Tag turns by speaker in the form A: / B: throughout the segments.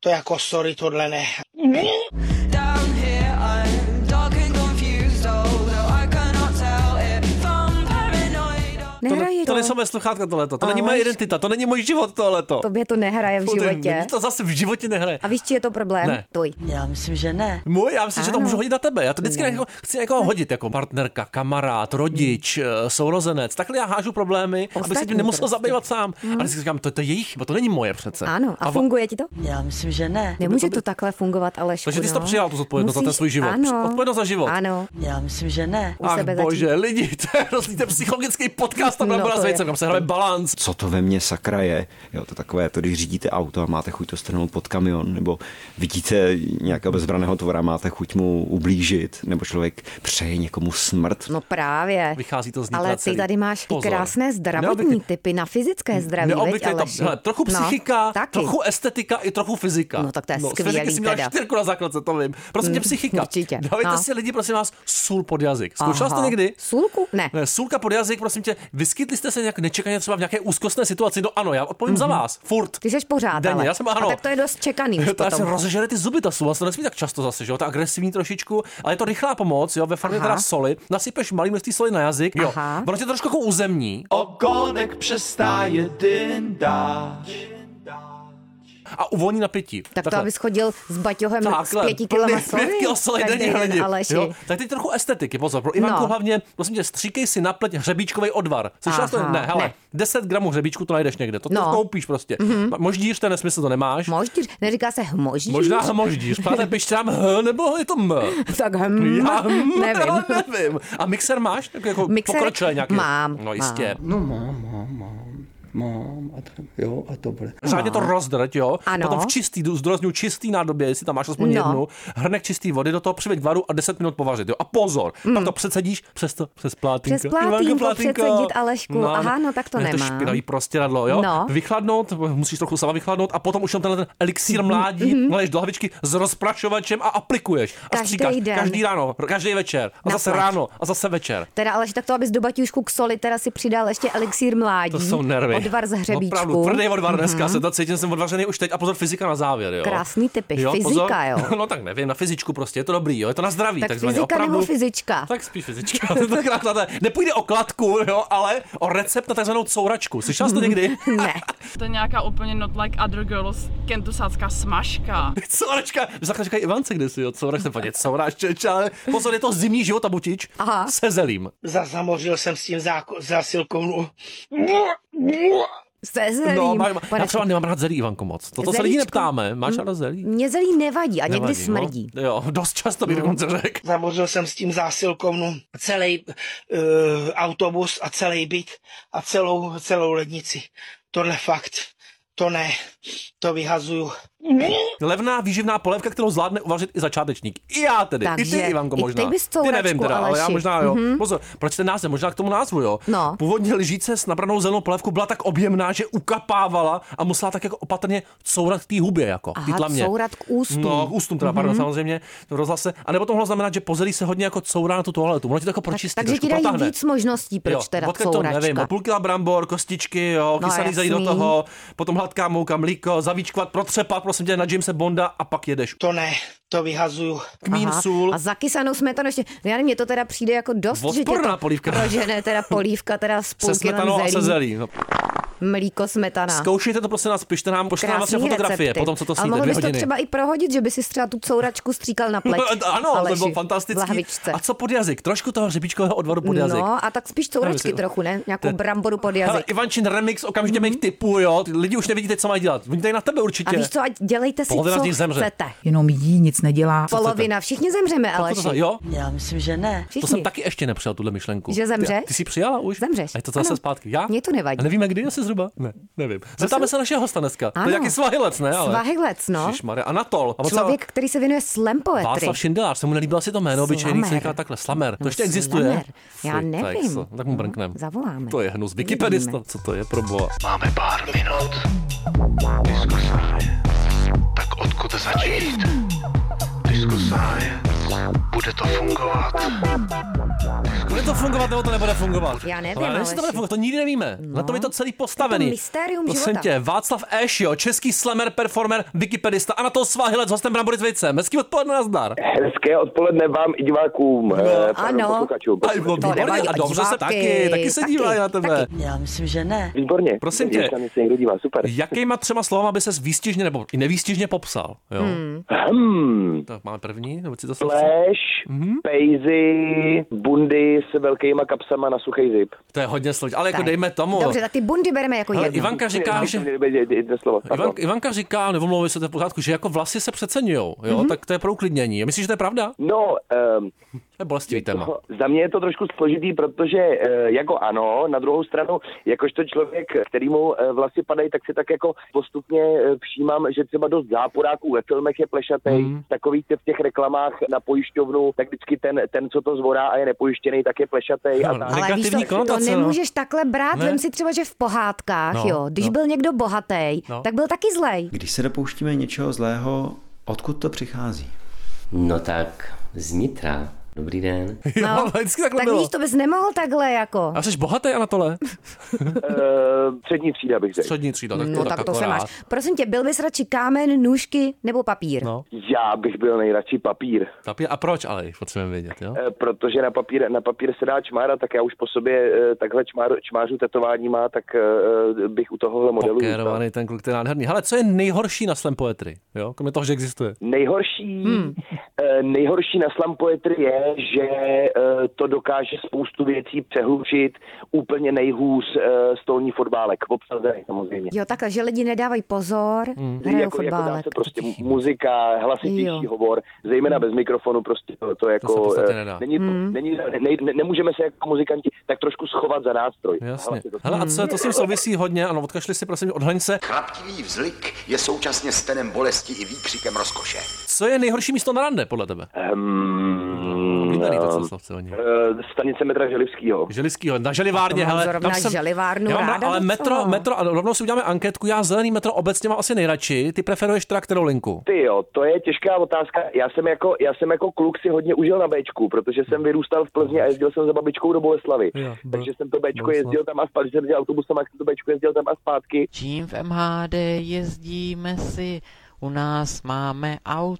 A: To jako sorry, tohle ne.
B: Down here, I'm dark and confused, although I cannot tell if I'm paranoid. or-
C: Nehraje
D: To, to
C: to.
D: nejsou moje sluchátka tohleto, to není
C: Aleš.
D: moje identita, to není můj život tohleto.
C: Tobě to nehraje v
D: Furt,
C: životě.
D: mě To zase v životě nehraje.
C: A víš, či je to problém?
D: Ne.
C: Tvůj.
E: Já myslím, že ne.
D: Můj, já myslím, že to
C: Ano.
D: můžu hodit na tebe. Já to vždycky jako, chci někoho hodit, jako partnerka, kamarád, rodič, eh, sourozenec. Takhle já hážu problémy, aby se
C: Hmm. Ostatní
D: tím nemusel
C: prostě.
D: zabývat sám. A vždycky říkám, to, to je jejich chyba, to není moje přece.
C: Ano, a,
D: va-
C: funguje ti to?
E: Já myslím, že ne.
C: Nemůže to takhle fungovat, ale
D: Takže ty jsi to přijal, tu zodpovědnost za ten svůj život.
C: Ano.
D: Odpovědnost za život.
C: Ano.
E: Já myslím, že ne.
C: U
D: Ach
C: sebe
D: bože,
C: začít.
D: lidi, to je hrozný, ten psychologický podcast, tam
C: No,
D: byla
C: to je.
D: s vejcem, kam se hraje balans.
F: co to ve mně sakra je. Jo, to je takové, to když řídíte auto a máte chuť to strhnout pod kamion, nebo vidíte nějakého bezbraného tvora, máte chuť mu ublížit, nebo člověk přeje někomu smrt.
C: No právě.
D: Vychází to z ní
C: Ale ty
D: celý.
C: tady máš i
D: Pozor.
C: krásné zdravotní
D: Neobvyklý-
C: typy na fyzické zdraví, veď,
D: Neobvyklé,
C: Aleši?
D: to, hele, trochu psychika,
C: no, taky.
D: trochu estetika i trochu fyzika.
C: No, tak to je
D: no, z
C: skvělý
D: fyziky jsi měla
C: teda. Mm,
D: čtyřku na základce, to vím. Prostě tě psychika.
C: určitě.
D: Dávejte
C: No.
D: si lidi, prosím vás, sůl pod jazyk. Zkoušela jsi to
C: Aha.
D: někdy?
C: Sůlku? Ne.
D: Ne, sůlka pod jazyk, prosím tě, vyskytli jste se nějak nečekaně třeba v nějaké úzkostné situaci? No ano, já odpovím za vás, furt.
C: Mhm. Ty jsi pořád,
D: Denně,
C: ale.
D: já jsem
C: A
D: ano.
C: tak to je dost čekaný už
D: Jo, to já
C: potom.
D: se rozežere ty zuby, ta sůl, to nesmí tak často zase, že jo, to je agresivní trošičku, ale je to rychlá pomoc, jo, ve formě
C: Aha.
D: teda soli, nasypeš malý množství soli na jazyk, jo,
C: Aha.
D: ono tě trošku jako uzemní
G: Ogonek přestáje dyndáč.
D: a uvolní napětí.
C: Tak to, abys chodil s baťohem s pěti kilama soli.
D: No, Pět kilo soli
C: každý
D: denně,
C: den,
D: lidi.
C: Aleši.
D: Jo? Tak teď trochu estetiky, pozor, pro Ivanku
C: No.
D: hlavně, prosím tě, stříkej si na pleť hřebíčkový odvar. Slyšela jsi to?
C: Aha,
D: Ne, hele,
C: ne.
D: 10 gramů hřebíčku to najdeš někde, to, to
C: No.
D: koupíš prostě. Moždíř, ten nesmysl to nemáš.
C: Moždíř, neříká se hmoždíř?
D: Možná hmoždíř, páte, pište tam H, nebo je to M.
C: Tak hm,
D: Já hm,
C: nevím.
D: ale nevím. A mixer máš? Tak jako
C: Mixer
D: pokročilé nějaký.
C: mám,
D: No
C: mám.
D: jistě.
H: No mám, mám, mám, mám a tak, jo a dobré.
D: Řádně to rozdrť, jo.
C: No. Ano.
D: Potom v čistý, zdůraznuju čistý nádobě, jestli tam máš
C: No.
D: aspoň jednu, hrnek čistý vody, do toho přiveď varu a 10 minut povařit, jo. A pozor, pak to přecedíš přes to, přes plátínko.
C: Mm. Přes plátínko přecedit, Alešku. Aha, no tak to
D: ne, To
C: nemám.
D: špinavý prostě radlo, jo.
C: No.
D: Vychladnout, musíš trochu sama vychladnout a potom už tam tenhle ten
C: Mm-hmm,
D: elixír mládí, naleješ do lavičky s rozprašovačem a aplikuješ. A
C: Každý
D: stříkáš
C: den.
D: každý ráno, každý večer, a
C: Na
D: zase
C: pleť.
D: ráno, a zase večer.
C: Teda Aleš, tak to, abys do baťušku k soli teda si přidal ještě elixír mládí.
D: To jsou nervy.
C: Mhm. Odvar z hřebíčku. Mhm.
D: Opravdu, tvrdý odvar dneska, se to cítím, jsem odvařený už teď a pozor, fyzika na závěr, jo.
C: Krásný typy, fyzika, jo.
D: No tak nevím, na fyzičku prostě, je to dobrý, jo, je to na zdraví,
C: Tak
D: takzvaně,
C: fyzika
D: opravdu.
C: nebo fyzička?
D: Tak spíš fyzička, tak na to, nepůjde o kladku, jo, ale o recept na takzvanou couračku. Slyšela jsi to někdy?
C: Ne.
I: To je nějaká úplně not like other girls kentusácká smažka.
D: Couračka, takhle říkají Ivance kdysi, jo, courač, jsem paně, courač, čeč, ale pozor, je to zimní život a butič
C: Aha.
D: se zelím.
A: Zazamořil jsem s tím záko- zásilkou.
C: Se zelím.
D: No, má, já
C: Panečku,
D: třeba nemám rád zelí, Ivanko, moc. To, to se lidí
C: Zelíčko.
D: neptáme. Máš ráda zelí?
C: Mně zelí nevadí a někdy
D: Nevadí,
C: smrdí. Mm.
D: No. Jo, dost často bych dokonce řekl.
A: Zamořil jsem s tím zásilkou no, celý uh, autobus a celý byt a celou, celou lednici. Tohle fakt, to ne, to vyhazuju.
D: Levná výživná polévka, kterou zvládne uvařit i začátečník. I já tedy, i ty,
C: Takže
D: Ivanko,
C: i
D: možná.
C: ty bys
D: ty
C: couračku,
D: nevím teda, ale já
C: Aleši. Mhm.
D: možná, jo. Mm-hmm. Pozor, proč ten název? Možná k tomu názvu, jo.
C: No.
D: Původně lžíce s nabranou zelenou polévku byla tak objemná, že ukapávala a musela tak jako opatrně courat k té hubě, jako
C: Aha,
D: i tlamě.
C: courat k ústům. Mhm.
D: No, k ústům teda, pardon, samozřejmě, v rozhlase. A nebo to mohlo znamenat, že pozadí se hodně jako courá na tu toaletu. Ono ti to jako pročistí,
C: Takže ti
D: trošku
C: dají
D: protáhne.
C: víc možností, proč teda
D: odkud to
C: couračka.
D: nevím, o půl kila brambor, kostičky, jo,
C: No,
D: kysaný zelí do
C: jasný.
D: toho, potom hladká mouka, mlíko, zavíčkovat, protřepat, prosím tě, na Jamesa Bonda a pak jedeš.
A: To ne, to vyhazuju.
D: Kmín,
C: Aha,
D: sůl.
C: A zakysanou smetanu ještě. No Já nevím, mně to teda přijde jako dost, že tě
D: Odporná
C: to
D: polívka.
C: prožene teda polívka, teda s půl
D: Se
C: kilem
D: smetanou a
C: zelí,
D: se zelí. No.
C: mlíko smetana.
D: Zkoušejte to prosím nás, pište nám, pošlete nám
C: Krásný
D: vlastně fotografie,
C: recepty.
D: potom co to
C: Ale
D: sníte,
C: mohl
D: dvě
C: bys to
D: hodiny.
C: třeba i prohodit, že by si třeba tu couračku stříkal na pleť.
D: ano, to
C: Aleši,
D: bylo
C: v
D: fantastický.
C: lahvičce.
D: A co pod jazyk? Trošku toho hřebičkového odvaru pod jazyk.
C: No, a tak spíš couračky
D: Nevím,
C: trochu, ne? Nějakou
D: Ten-
C: bramboru pod
D: Hele,
C: jazyk.
D: Ivančin remix okamžitě mých typů, jo. Ty Lidi už nevidíte, co mají dělat. Oni tady na tebe určitě.
C: Mhm. A víš co, ať dělejte si,
D: Polovina z
C: co
D: nich zemře.
C: chcete.
J: Jenom jí nic nedělá.
C: Polovina, všichni zemřeme,
D: Co to
C: Aleši.
D: za- jo?
E: Já myslím, že ne.
C: Všichni.
D: To jsem taky ještě nepřijal, tuhle myšlenku.
C: Že zemřeš?
D: Ty, ty jsi přijala už?
C: Zemřeš.
D: A je to zase
C: Ano.
D: zpátky. Já?
C: Mně to nevadí.
D: A nevíme, kdy asi zhruba? Ne, nevím. Zeptáme se našeho hosta dneska. To
C: Ano.
D: je jaký svahilec, ne? Ale...
C: Svahilec, no.
D: Ježišmarja, Anatol. A docela-
C: Člověk, který se věnuje slampoetry.
D: Václav Šindelář, se mu nelíbilo si to jméno, obyčejný se
C: Slamer.
D: říká takhle, slamer. To
C: No,
D: ještě existuje.
C: slamer. Já nevím.
D: Tak, co? tak mu
C: No,
D: brnknem.
C: zavoláme.
D: To je hnus. Wikipedista,
C: Uvidíme.
D: co to je pro boha.
G: Máme pár minut. Diskusáje. Tak odkud začít? Diskusáje. Bude to fungovat?
D: Bude to to fungovat, nebo to nebude fungovat.
C: Já nevím,
D: ale jestli to bude
C: Aleši.
D: fungovat, to nikdy nevíme. No. Na tom je to celý postavený.
C: Je to mystérium
D: Prosím
C: života.
D: tě, Václav Eš, jo, český slamer, performer, wikipedista, Anatol Svahilec, hostem Brambory s Vejcem. Hezký odpoledne, nazdar.
J: Hezké odpoledne vám i divákům, eh, pardon,
C: ano.
J: posluchačům.
D: A,
C: nevadí,
D: a
C: a
D: dobře se
C: diváky,
D: taky, taky se
C: taky,
D: dívají na tebe.
C: taky.
E: Já myslím, že ne.
J: Výborně.
D: Prosím
J: Vidíš,
D: tě.
J: Tam se někdo dívá, super.
D: Jakýma třema slovama by ses výstižně nebo i nevýstižně popsal? Jo. Hmm.
J: Hmm.
D: Tak máme první, nebo si to srdce?
J: Flash, pejzy, bundy s velkýma kapsama na suchý zip.
D: To je hodně složitý, ale jako
C: Tak.
D: dejme tomu.
C: Dobře, tak ty bundy bereme jako
D: Hele,
C: jedno.
D: Ivanka říká, že...
J: Jedno slovo.
D: Ivan,
J: pardon.
C: jako-
D: Ivanka říká, nebo mluví se to je v pořádku, že jako vlasy se přeceňujou, jo,
C: Mhm.
D: mm-hmm. tak to je pro uklidnění. Myslíš, že to je pravda?
J: No, ehm,
D: To je bolestivý
C: Jako-
D: téma.
J: No, Za mě je to trošku složitý, protože eh, jako ano, na druhou stranu, jakožto člověk, kterýmu eh, vlasy padají, tak si tak jako postupně eh, všímám, že třeba dost záporáků ve filmech je plešatej, mm. takový ty v těch reklamách na pojišťovnu, tak vždycky ten, ten co to zvorá a je nepojištěný, tak je plešatej a
D: No,
J: tak.
D: ale-
C: Ale víš,
D: negativní
C: to, to
D: konotace, no.
C: nemůžeš takhle brát.
D: Ne.
C: Ne. Vem si třeba, že v pohádkách,
D: No,
C: no, jo, když
D: no.
C: no. byl někdo bohatý,
D: No.
C: no. tak byl taky zlej.
K: Když se dopouštíme něčeho zlého, odkud to přichází?
L: No tak, z Nitra. Dobrý den.
D: No, jo, vždycky takhle
C: tak
D: bylo.
C: víš, to bys nemohl takhle jako.
J: No,
D: A jsi bohatý, Anatole?
J: Eh, Střední třída bych řekl.
D: Střední třída, tak to,
C: No tak to se
D: akorát.
C: máš. Prosím tě, byl bys radši kámen, nůžky nebo papír?
D: No.
J: Já bych byl nejradši papír,
D: Papír, a proč ale, potřebujeme vědět, jo?
J: eh, protože na papír, na papír se dá čmára, tak já už po sobě eh, takhle čmáru, čmářů tetování má, tak eh, bych u tohohle modelu zůstal.
C: no.
D: Pokérovaný ten kluk, ten je nádherný. Hele, co je nejhorší na slam poetry, jo? Kromě toho, že existuje.
J: Nejhorší, hmm. nejhorší na slam poetry je, že eh, to dokáže spoustu věcí přehlučit úplně nejhůř eh, stolní fotbálek, obsazený samozřejmě.
C: Jo, takhle, že lidi nedávají pozor, hmm. hrajou jako,
J: jako, jako dá
C: fotbálek.
J: se prostě muzika, hlasitější
C: Jo. Hmm.
J: hovor, zejména bez mikrofonu, prostě to, to jako...
D: se v podstatě
J: eh,
D: nedá.
J: Není, hmm. není, ne, ne, nemůžeme se jako muzikanti tak trošku schovat za nástroj.
D: Jasně.
J: Hlas je to-
D: Hele, a co je, to s tím souvisí hodně, ano, odkašli si, prosím, odhaň se.
M: Chraptivý vzlik je současně stenem bolesti i výkřikem rozkoše.
D: Co je nejhorší místo na rande, podle tebe?
C: Eh,
J: Ehm,
D: Oblíbený to
J: ehm,
D: cestlovce oni.
J: eh, Stanice metra Želivskýho.
D: Želivskýho, na Želivárně,
C: To mám
D: hele.
C: zrovna
D: tam
C: Želivárnu
D: já mám,
C: ráda
D: Ale
C: docela.
D: metro, metro, a rovnou si uděláme anketku, já zelený metro obecně mám asi nejradši, ty preferuješ teda kterou linku?
J: Ty jo, to je těžká otázka. Já jsem jako, já jsem jako kluk si hodně užil na Bčku, protože jsem vyrůstal v Plzni a jezdil jsem za babičkou do Boleslavy.
D: Jo, B-
J: Takže jsem to Bčko
D: Boleslav.
J: jezdil tam a zpátky, jsem dělal autobusem a jsem to Bčko jezdil tam a zpátky.
N: Čím v MHD jezdíme si, u nás máme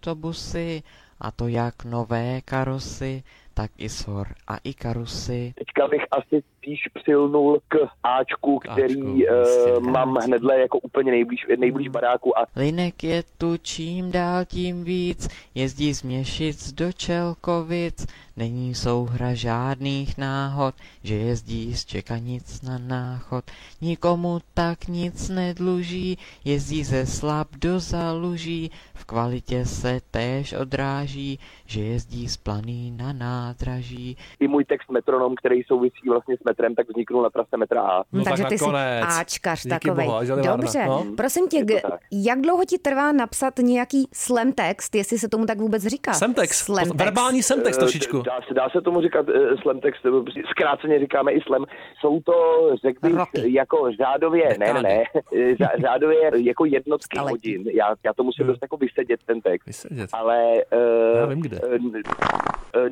N: autobusy, a to jak nové karosy, tak i SOR a i karusy.
J: Teďka bych asi spíš přilnul k Ačku, který k
N: jistě.
J: Ačku, uh, mám hnedle jako úplně nejblíž, nejblíž baráku a
N: Linek je tu čím dál tím víc, jezdí z Měšic do Čelkovic, není souhra žádných náhod, že jezdí z Čekanic na náchod. Nikomu tak nic nedluží, jezdí ze slab do zaluží, v kvalitě se též odráží, že jezdí z planý na nádraží.
J: i můj text metronom, který souvisí vlastně s metrem, tak vzniknul na trase metra A.
C: Hm,
D: No
C: Takže
D: tak
C: ty
D: nakonec.
C: jsi Ačkař
D: Díky
C: takovej.
D: bohu, a Želivárna.
C: Dobře,
D: No.
C: prosím tě,
J: Je
C: g-
J: to tak.
C: jak dlouho ti trvá napsat nějaký slam text, jestli se tomu tak vůbec říká?
D: Semtex,
C: Slam text.
D: verbální semtex
J: Eh,
D: trošičku.
J: Dá se, dá se tomu říkat uh, slam text, eh, zkráceně říkáme i slam. Jsou to, řekl bych,
N: Roky.
J: jako řádově, ne, ne, ne, eh, řá- řádově jako jednotky
N: Staletí.
J: hodin. Já, já to musím dost jako vysedět, ten text.
D: Vysedět.
J: Ale... Uh,
D: Já vím, kde.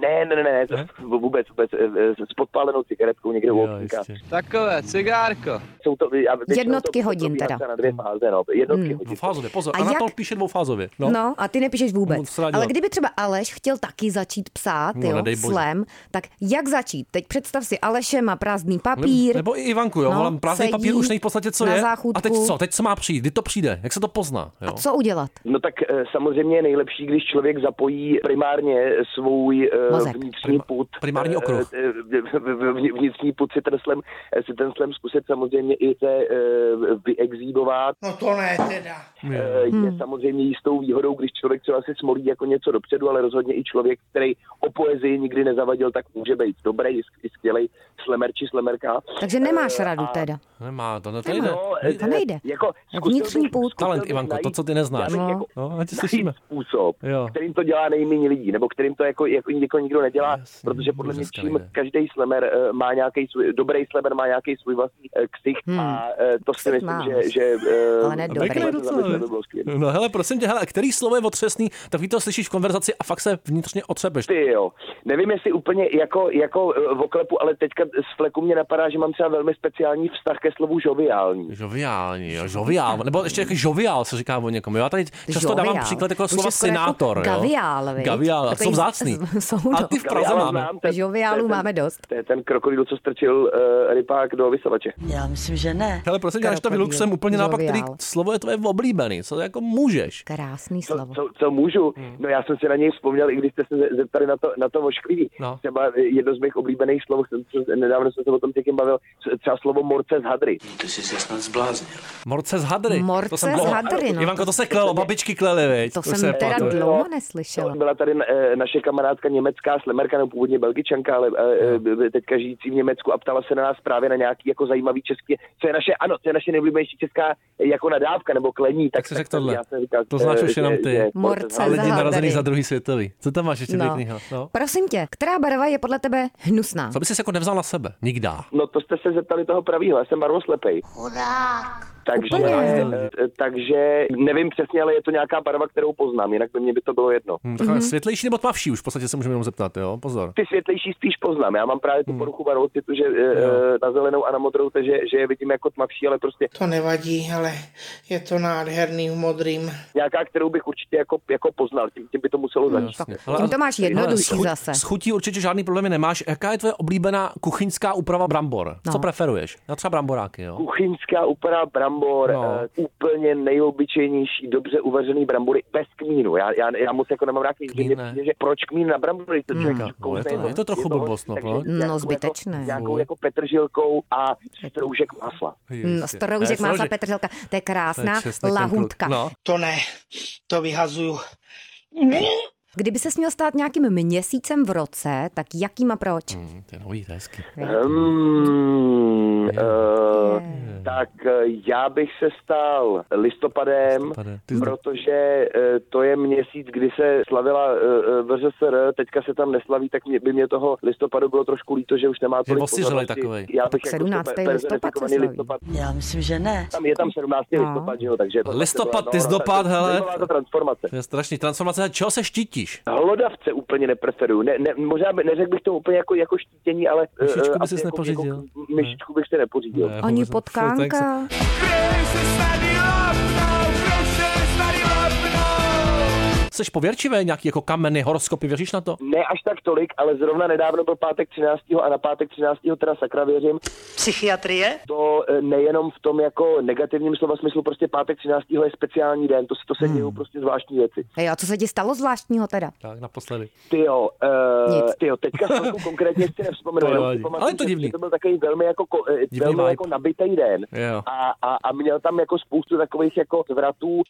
J: ne, ne, ne, ne, to vůbec, vůbec, eh, s podpálenou cigaretkou někde u
D: Jo,
J: okýnka.
D: jistě.
J: Takové, cigárko. Jsou to, já, většinou
C: Jednotky
J: to,
C: hodin
J: probíhá
C: teda.
J: třeba Na dvě fáze, no, jednotky
C: Hmm.
J: hodin.
D: Dvoufázově, pozor,
C: A
D: a Anatol
C: jak-
D: píše dvoufázově. No.
C: No. no a ty nepíšeš
D: No,
C: vůbec.
D: co dá dělat?
C: Ale kdyby třeba Aleš chtěl taky začít psát,
D: No,
C: jo,
D: nedej bože.
C: slam, tak jak začít? Teď představ si, Aleše má prázdný papír.
D: Nebo, nebo i Ivanku, jo,
C: No,
D: volám prázdný
C: sedí
D: papír už neví v podstatě, co
C: na
D: je.
C: záchůdku.
D: A teď co, teď co má přijít, kdy to přijde, jak se to pozná, jo?
C: Co udělat?
J: No tak eh, samozřejmě je nejlepší, když člověk zapojí primárně svůj eh,
C: Mozek.
J: vnitřní put.
D: primární okruh.
J: eh, eh, v- v- Vnitřní put si ten slem, eh, si ten slem zkusit samozřejmě i se eh, vyexíbovat.
A: No to ne teda.
J: Eh, Je
C: Hmm.
J: samozřejmě jistou výhodou, když člověk třeba si smolí jako něco dopředu, ale rozhodně i člověk, který o poezii nikdy nezavadil, tak může být dobrý, sk- i skvělý slemer či slemerka.
C: Takže nemáš radu teda.
D: Nemá, to, ne, to jde.
J: No, eh,
C: To nejde.
J: Jako, zkusil
C: Vnitřní
J: bych-
C: půd.
J: zkusil
D: Talent,
J: bych
D: Ivanko, to,
J: najít-
D: co ty neznáš.
J: Já bych
C: No.
D: No, ať si slyšíme.
J: najít způsob,
D: Jo.
J: kterým to dělá nejméně lidí, nebo kterým to jako, jako, jako nikdo nedělá,
D: Jasně,
J: protože podle mě
D: dneska
J: čím
D: nejde.
J: každý slemer eh, má nějaký svůj, dobrý slemer má nějaký svůj vlastní eh, ksicht
C: Hmm.
J: a eh, to si
C: Ksicht
J: myslím,
C: má.
J: že... že eh,
C: Ale ne
J: aby
C: dobrý.
J: to
D: Pěkné
J: bylo
D: docela,
J: zavedlo,
D: viď?
J: by bylo skvělé.
D: No hele, prosím tě, hele, který slovo je otřesný, tak to slyšíš v konverzaci a fakt se vnitřně otřebeš.
J: Ty jo. nevím, jestli úplně jako, jako eh, v oklepu, ale teďka z fleku mě napadá, že mám třeba velmi speciální vztah ke slovu žoviální.
D: Žoviální, jo, žoviál. Nebo ještě jako žoviál se říká o někom. Jo? Já tady často dávám
C: Žoviál.
D: příklad jako
C: Už
D: slova
C: je skoro jako
D: senátor. jo.
C: Gaviál, viď?
D: Gaviál,
C: Takový-
D: jsou vzácný.
C: Jsou,
D: A ty v Praze
J: Gaviála
D: máme.
J: znám,
C: Žoviálů máme dost.
J: To je ten krokodýl, co strčil uh, rypák do vysavače.
E: Já myslím, že ne.
D: Hele, prosím, tě, až to
C: jako
J: Krokodýl,
D: vyluxem úplně naopak, který
J: žoviál.
D: slovo je tvoje oblíbený, co jako můžeš.
C: Krásný slovo.
J: Co, co můžu?
D: Hmm.
J: No já jsem si na něj vzpomněl, i když jste se ze- zeptali na to, na to ošklivý.
D: No.
J: Třeba eh, jedno z mých oblíbených slov, jsem- co- nedávno jsem se o tom s někým bavil, co- třeba slovo morce z hadry.
G: Ty jsi se snad zbláznil.
D: Morce z hadry.
C: Morce
D: to jsem
C: z
D: dlouho-
C: hadry, no.
D: Ivanko, to se klelo, babičky klely, viď?
C: To
D: se
C: jsem teda
D: pamatuju.
C: dlouho neslyšela.
J: Byla tady eh, naše kamarádka německá, slemerka, nebo původně belgičanka, ale eh, eh, teďka žijící v Německu a ptala se na nás právě na nějaký jako zajímavý český, co je naše, ano, co je naše nejoblíbenější česká eh, jako nadávka nebo klení. Tak,
D: Jak jsi řekl tohle?
J: Já jsem říkal,
D: To znáš
J: eh,
D: už jenom
J: že-
D: ty.
J: že-
C: Morce
D: A lidi
C: za
D: narozený
C: hadry.
D: za druhý světový. Co tam máš ještě
C: No.
D: pěknýho? No.
C: Prosím tě, která barva je podle tebe hnusná?
D: Co bys si jako nevzal na sebe? Nikdá.
J: No to jste se zeptali toho pravýho, já jsem barvoslepej. Takže,
C: Úplně.
J: eh, eh, takže nevím přesně, ale je to nějaká barva, kterou poznám, jinak by mě by to bylo jedno.
D: Hm,
C: Mhm.
D: takové světlejší nebo tmavší už v podstatě se můžeme jenom zeptat, jo? Pozor.
J: Ty světlejší spíš poznám. Já mám právě tu
D: Hmm.
J: poruchu barvocitu, že eh, eh, na zelenou a na modrou, takže že je vidím jako tmavší, ale prostě
A: To nevadí, ale je to nádherný v modrým.
J: nějaká, kterou bych určitě jako, jako poznal. Tím, tím by to muselo
D: Hmm.
J: začít.
C: Tím to máš jednodušší zase.
D: S chutí určitě žádný problémy nemáš. Jaká je tvoje oblíbená kuchyňská úprava brambor?
C: No.
D: Co preferuješ? Já třeba bramboráky,
C: Hm,
D: jo?
J: Kuchyňská úprava
D: No.
J: brambor, no. uh, úplně nejobyčejnější, dobře uvařený brambory bez kmínu. Já, já, já moc jako nemám rád kmín, že
D: Kmín
J: mě
D: ne.
J: přijde, že proč kmín na brambory? To člověk jako
D: No,
J: kousne
D: je to-
J: jenom-
D: je to trochu
J: jednoho-
D: blbost, no,
J: takže
D: proč?
J: nějakou
C: No,
J: jako-
C: zbytečné.
J: Nějakou jako petržilkou a stroužek masla.
C: No, Storoužek másla petrželka, to je krásná lahůdka.
D: No.
A: To ne, to vyhazuju.
C: Kdyby se měl stát nějakým měsícem v roce, tak jakým a proč?
D: Ten hojí, Hm, to je hezky.
J: Hmm, uh,
D: Hmm.
J: tak eh, já bych se stal listopadem, protože eh, to je měsíc, kdy se slavila eh, eh, VŘSR, teďka se tam neslaví, tak mě, by mě toho listopadu bylo trošku líto, že už nemá tolik
D: osiřelej
J: pozornosti.
D: takovej.
J: Já
D: Tak
J: bych jako
C: 17.
J: pe-
C: listopad se
J: personifikovaný
C: slaví.
J: listopad.
E: Já myslím, že ne.
J: Tam je tam 17.
C: No.
J: listopad, že jo, takže...
D: Listopad,
J: No,
D: ty
J: no,
D: jsi dopad,
J: tak-
D: hele.
J: zajímavá ta transformace.
D: To je strašný. Transformace, čeho se štítíš?
J: Hlodavce úplně nepreferuju. Ne, ne, možná by, neřekl bych to úplně jako, jako štítění, ale... eh,
D: Myšičku
J: eh,
D: by ses
J: asi jako-
D: nepořídil?
J: Jako, myšičku bych se nepořídil.
D: Ne,
C: Ani
D: vůbec ne.
C: potkánka.
D: Jseš pověrčivé, nějaký jako kameny, horoskopy, věříš na to?
J: Ne až tak tolik, ale zrovna nedávno byl pátek 13. a na pátek 13. teda sakra věřím.
E: Psychiatrie?
J: To eh, nejenom v tom jako negativním slova smyslu, prostě pátek 13. je speciální den, to, se- to se
D: Hmm.
J: dějou prostě zvláštní věci.
C: Hej, a co se ti stalo zvláštního teda?
D: Tak naposledy.
J: Tyjo, uh,
C: Nic.
J: tyjo, teďka s chvilku konkrétně si nevzpomenu,
D: To
J: jenom
D: nevadí.
J: si pamatuju,
D: Ale je to
J: že-
D: divný.
J: že to byl takový velmi jako, ko- eh,
D: Divný
J: velmi
D: vibe.
J: jako nabitý den
D: Jo.
J: a, a, a, měl tam jako spoustu takových jako zvratů,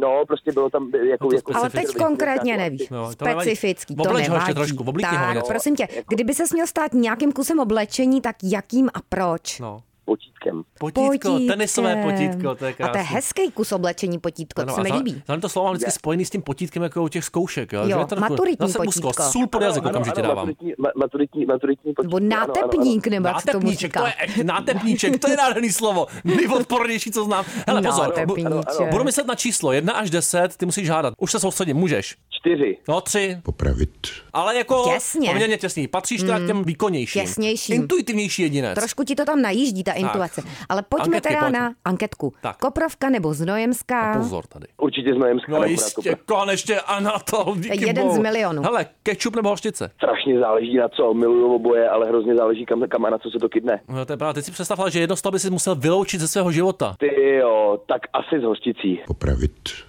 J: no prostě bylo tam eh, jako...
D: No to
J: jako
C: Ale teď
J: specifický.
C: konkrétně nevíš.
D: No, to nevadí.
C: Specifický, to
D: Obleč ho
C: nevadí.
D: ještě trošku, oblíkni ho
C: tak,
D: něco.
C: prosím tě, kdyby se měl stát nějakým kusem oblečení, tak jakým a proč?
D: No.
J: Potítkem.
D: Potítko, tenisové potítko, to je
C: A to
D: krásné.
C: je hezký kus oblečení potítko, to se mi
D: za-
C: líbí.
D: za mě to slovo mám vždycky spojený s tím potítkem jako u těch zkoušek. Jo,
C: Jo,
D: Že je to takové-
C: maturitní
D: Zase úzko,
C: potítko.
D: sůl pod jazyk
J: Ano, ano,
D: okamžitě
J: ano,
D: dávám.
J: Maturitní, ma- maturitní, maturitní
C: Nebo
J: počítky, ano, ano, ano.
C: nátepník, nebo jak se tomu
D: Nátepníček, to
C: říká.
D: je echt- nátepníček, to je nádherný slovo. Nejodpornější, co znám. Hele, pozor, bu-
C: Nátepníček.
D: budu myslet na číslo 1 až 10, ty musíš hádat. Už se soustředím, můžeš.
J: Čtyři.
D: No, tři. Popravit. Ale jako
C: Těsně. Hmm.
D: poměrně těsný. Patříš teda k těm výkonnějším.
C: Těsnějším.
D: Intuitivnější jedinec.
C: Trošku ti to tam najíždí, ta intuace. Ale pojďme
D: Anketky,
C: teda
D: pojďme.
C: na anketku.
D: Tak.
C: Koprovka nebo Znojemská?
D: Pozor tady.
J: Určitě z Nojemska.
D: No
J: akorát
D: jistě,
J: kopra.
D: konečně Anatol, díky
C: Jeden
D: bohu.
C: z milionu.
D: Hele, kečup nebo hořčice?
J: Strašně záleží na co, miluju oboje, ale hrozně záleží kam, kam a na co se to kydne.
D: No, to je pravda. Teď si představ, ale že jedno z toho by si musel vyloučit ze svého života.
J: Ty jo, tak asi s hořticí.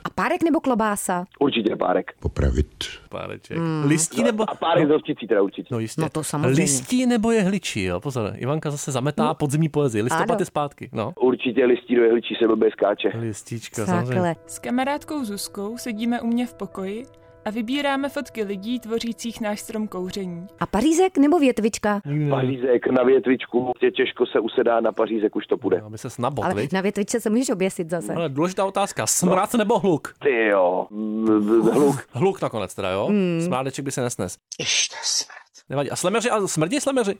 C: A párek nebo klobása?
J: Určitě párek.
D: Páreček. Mm. Listí nebo...
J: A párek s hořticí teda určitě.
D: No jistě.
C: Hmm. No to samozřejmě. Hmm.
D: Listí nebo jehličí, jo? Pozor, Ivanka zase zametá podzimní poezii. Listopad
C: Ano.
D: je zpátky, no.
J: Určitě listí do jehličí se blbě skáče.
D: Listíčka, samozřejmě.
C: Takhle.
O: S kamarádkou Zuzkou sedíme u mě v pokoji a vybíráme fotky lidí tvořících náš strom kouření.
C: A pařízek nebo větvička?
D: No.
J: Pařízek na větvičku, tě těžko se usedá na pařízek, už to půjde.
D: No, Aby se snabot,
C: Ale
D: viď?
C: na větvičce se můžeš oběsit zase.
D: Ale důležitá otázka. Smrad nebo hluk?
J: Ty jo, hluk.
D: Hluk nakonec teda, jo?
C: Hmm.
D: Mm. Smrádeček by se nesnes.
A: Ještě smrt.
D: Nevadí. A slemeři, a smrdí slemeři?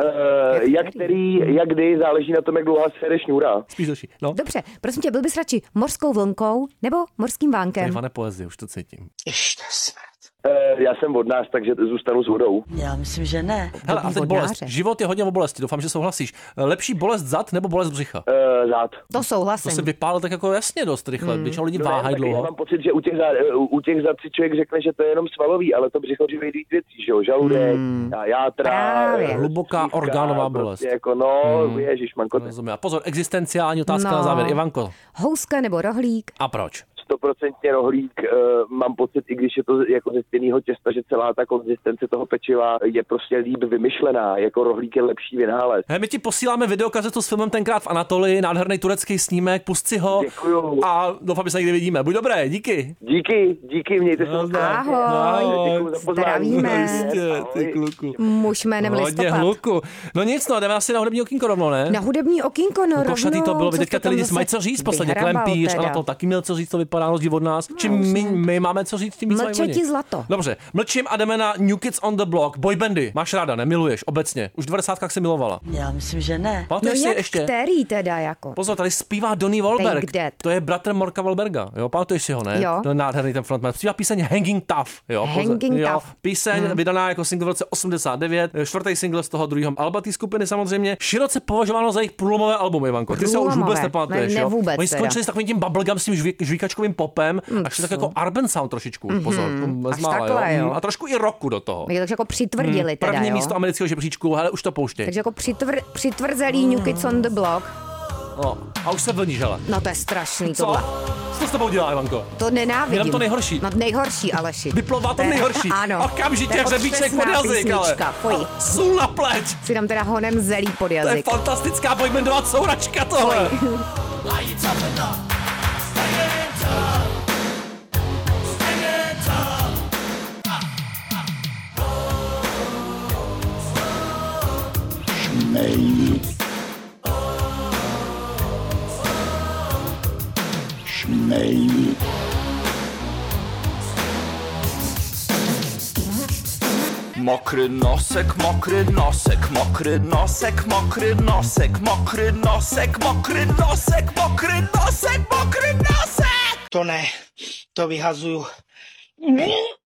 J: Eh, jak který, jak kdy, záleží na tom, jak dlouhá se jede šňůra.
D: Spíš delší. No.
C: Dobře, prosím tě, byl bys radši mořskou vlnkou nebo mořským
D: To je
C: vánkem?
D: Ivane poezie, už to cítím.
A: Ještě smrt.
J: Eh, Já jsem od nás, takže zůstanu s vodou.
E: Já myslím, že şey ne.
D: Hele, a teď bolest. Život je hodně o bolesti, doufám, že souhlasíš. Lepší bolest zad nebo bolest břicha?
J: Uh, zad.
C: To
D: To
C: souhlasím.
D: se vypálil tak jako jasně dost rychle,
C: Hmm.
D: mm. většinou lidi
J: No,
D: váhají
J: já taky, Já
D: dlouho.
J: mám pocit, že u těch, za, u těch zad si člověk řekne, že to je jenom svalový, ale to břicho živí víc věcí, že jo? Žaludek,
D: Hmm.
J: a játra, eh,
D: Hluboká orgánová bolest. Hmm.
J: prostě jako no, mm. ježišmanko.
D: Rozumím. A pozor, existenciální otázka
J: No.
D: na závěr. Ivanko,
C: Houska nebo rohlík?
D: a proč?
J: stoprocentně rohlík, eh, mám pocit, i když je to jako ze stejného těsta, že celá ta konzistence toho pečiva je prostě líp vymyšlená, jako rohlík je lepší vynález.
D: He, my ti posíláme videokazetu s filmem tenkrát v Anatolii, nádherný turecký snímek, pust si ho Děkuju. a doufám, že se někdy vidíme. Buď dobré, díky.
J: Díky, díky, mějte se.
D: No,
C: Ahoj.
D: Ahoj.
C: Zdravíme.
D: Jistě, ty kluku.
C: Muž jménem
D: Hodně
C: listopad.
D: hluku. No nic, no, jdeme asi na hudební okýnko rovnou, ne?
C: Na hudební okýnko, no,
D: No,
C: rovnou.
D: košatý to bylo,
C: co
D: vy teďka
C: jste
D: ty
C: tam
D: lidi
C: zase
D: mají co říct, posledně
C: vyhrabal
D: klempíř,
C: teda.
D: a na to taky měl co říct, to vypadá na rozdíl od nás.
C: No,
D: Čím my, my, máme co říct, tím víc mají
C: Mlčeti
D: oni.
C: zlato.
D: Dobře, mlčím a jdeme na New Kids on the Block, boybandy. Máš ráda, nemiluješ, obecně. Už v 90. si milovala.
E: Já myslím, že şey ne.
C: No
D: Pamatuješ
C: jak
D: si ještě?
C: který teda jako?
D: Pozor, tady zpívá Donny Wahlberg.
C: Take that.
D: To je bratr Morka Wahlberga, jo, pamatuješ si ho, ne?
C: Jo.
D: To je nádherný ten frontman. Zpívá píseň Hanging Tough, jo. pozor,
C: Hanging
D: jo.
C: Tough.
D: Píseň
C: Hmm.
D: vydaná jako single v roce 89, čtvrtý single z toho druhého alba té skupiny samozřejmě. Široce považováno za jejich průlomové album, Ivanko. Ty se už
C: Průlomové.
D: vůbec nepamatuješ,
C: Ne- ne
D: jo.
C: vůbec
D: Oni
C: teda. Mm,
D: skončili s takovým tím bubblegum, s tím žvý- žvíkačkovým popem, a šli tak jako urban sound trošičku, pozor.
C: Mhm, až
D: zmála,
C: takhle, jo.
D: Mm, A trošku i roku do toho.
C: Je to jako přitvrdili
D: Mm,
C: teda,
D: První
C: jo?
D: místo amerického žebříčku, hele, už to pouštěj.
C: Takže jako přitvr,
D: Hmm.
C: přitvrzelý New Kids on the Block.
D: No, a už se vlníš, hele.
C: No to je strašný
D: Co?
C: tohle.
D: Co s tebou dělá, Ivanko?
C: To nenávidím.
D: Jenom to nejhorší.
C: No, nejhorší, Aleši.
D: Vyplová to
C: je-
D: nejhorší.
C: Ano.
D: Okamžitě
C: To je
D: hřebíček pod
C: otřesná
D: jazyk, ale-
C: písnička, fuj.
D: Sůl na pleť.
C: Si tam teda honem zelí pod
D: To je
C: jazyk.
D: fantastická pojmenová couračka tohle.
P: Šmej.
G: Mokry nosek, mokry nosek, mokry nosek, mokry nosek, mokry nosek, mokry nosek, mokry nosek, mokry nosek!
A: To ne, to vyhazuju.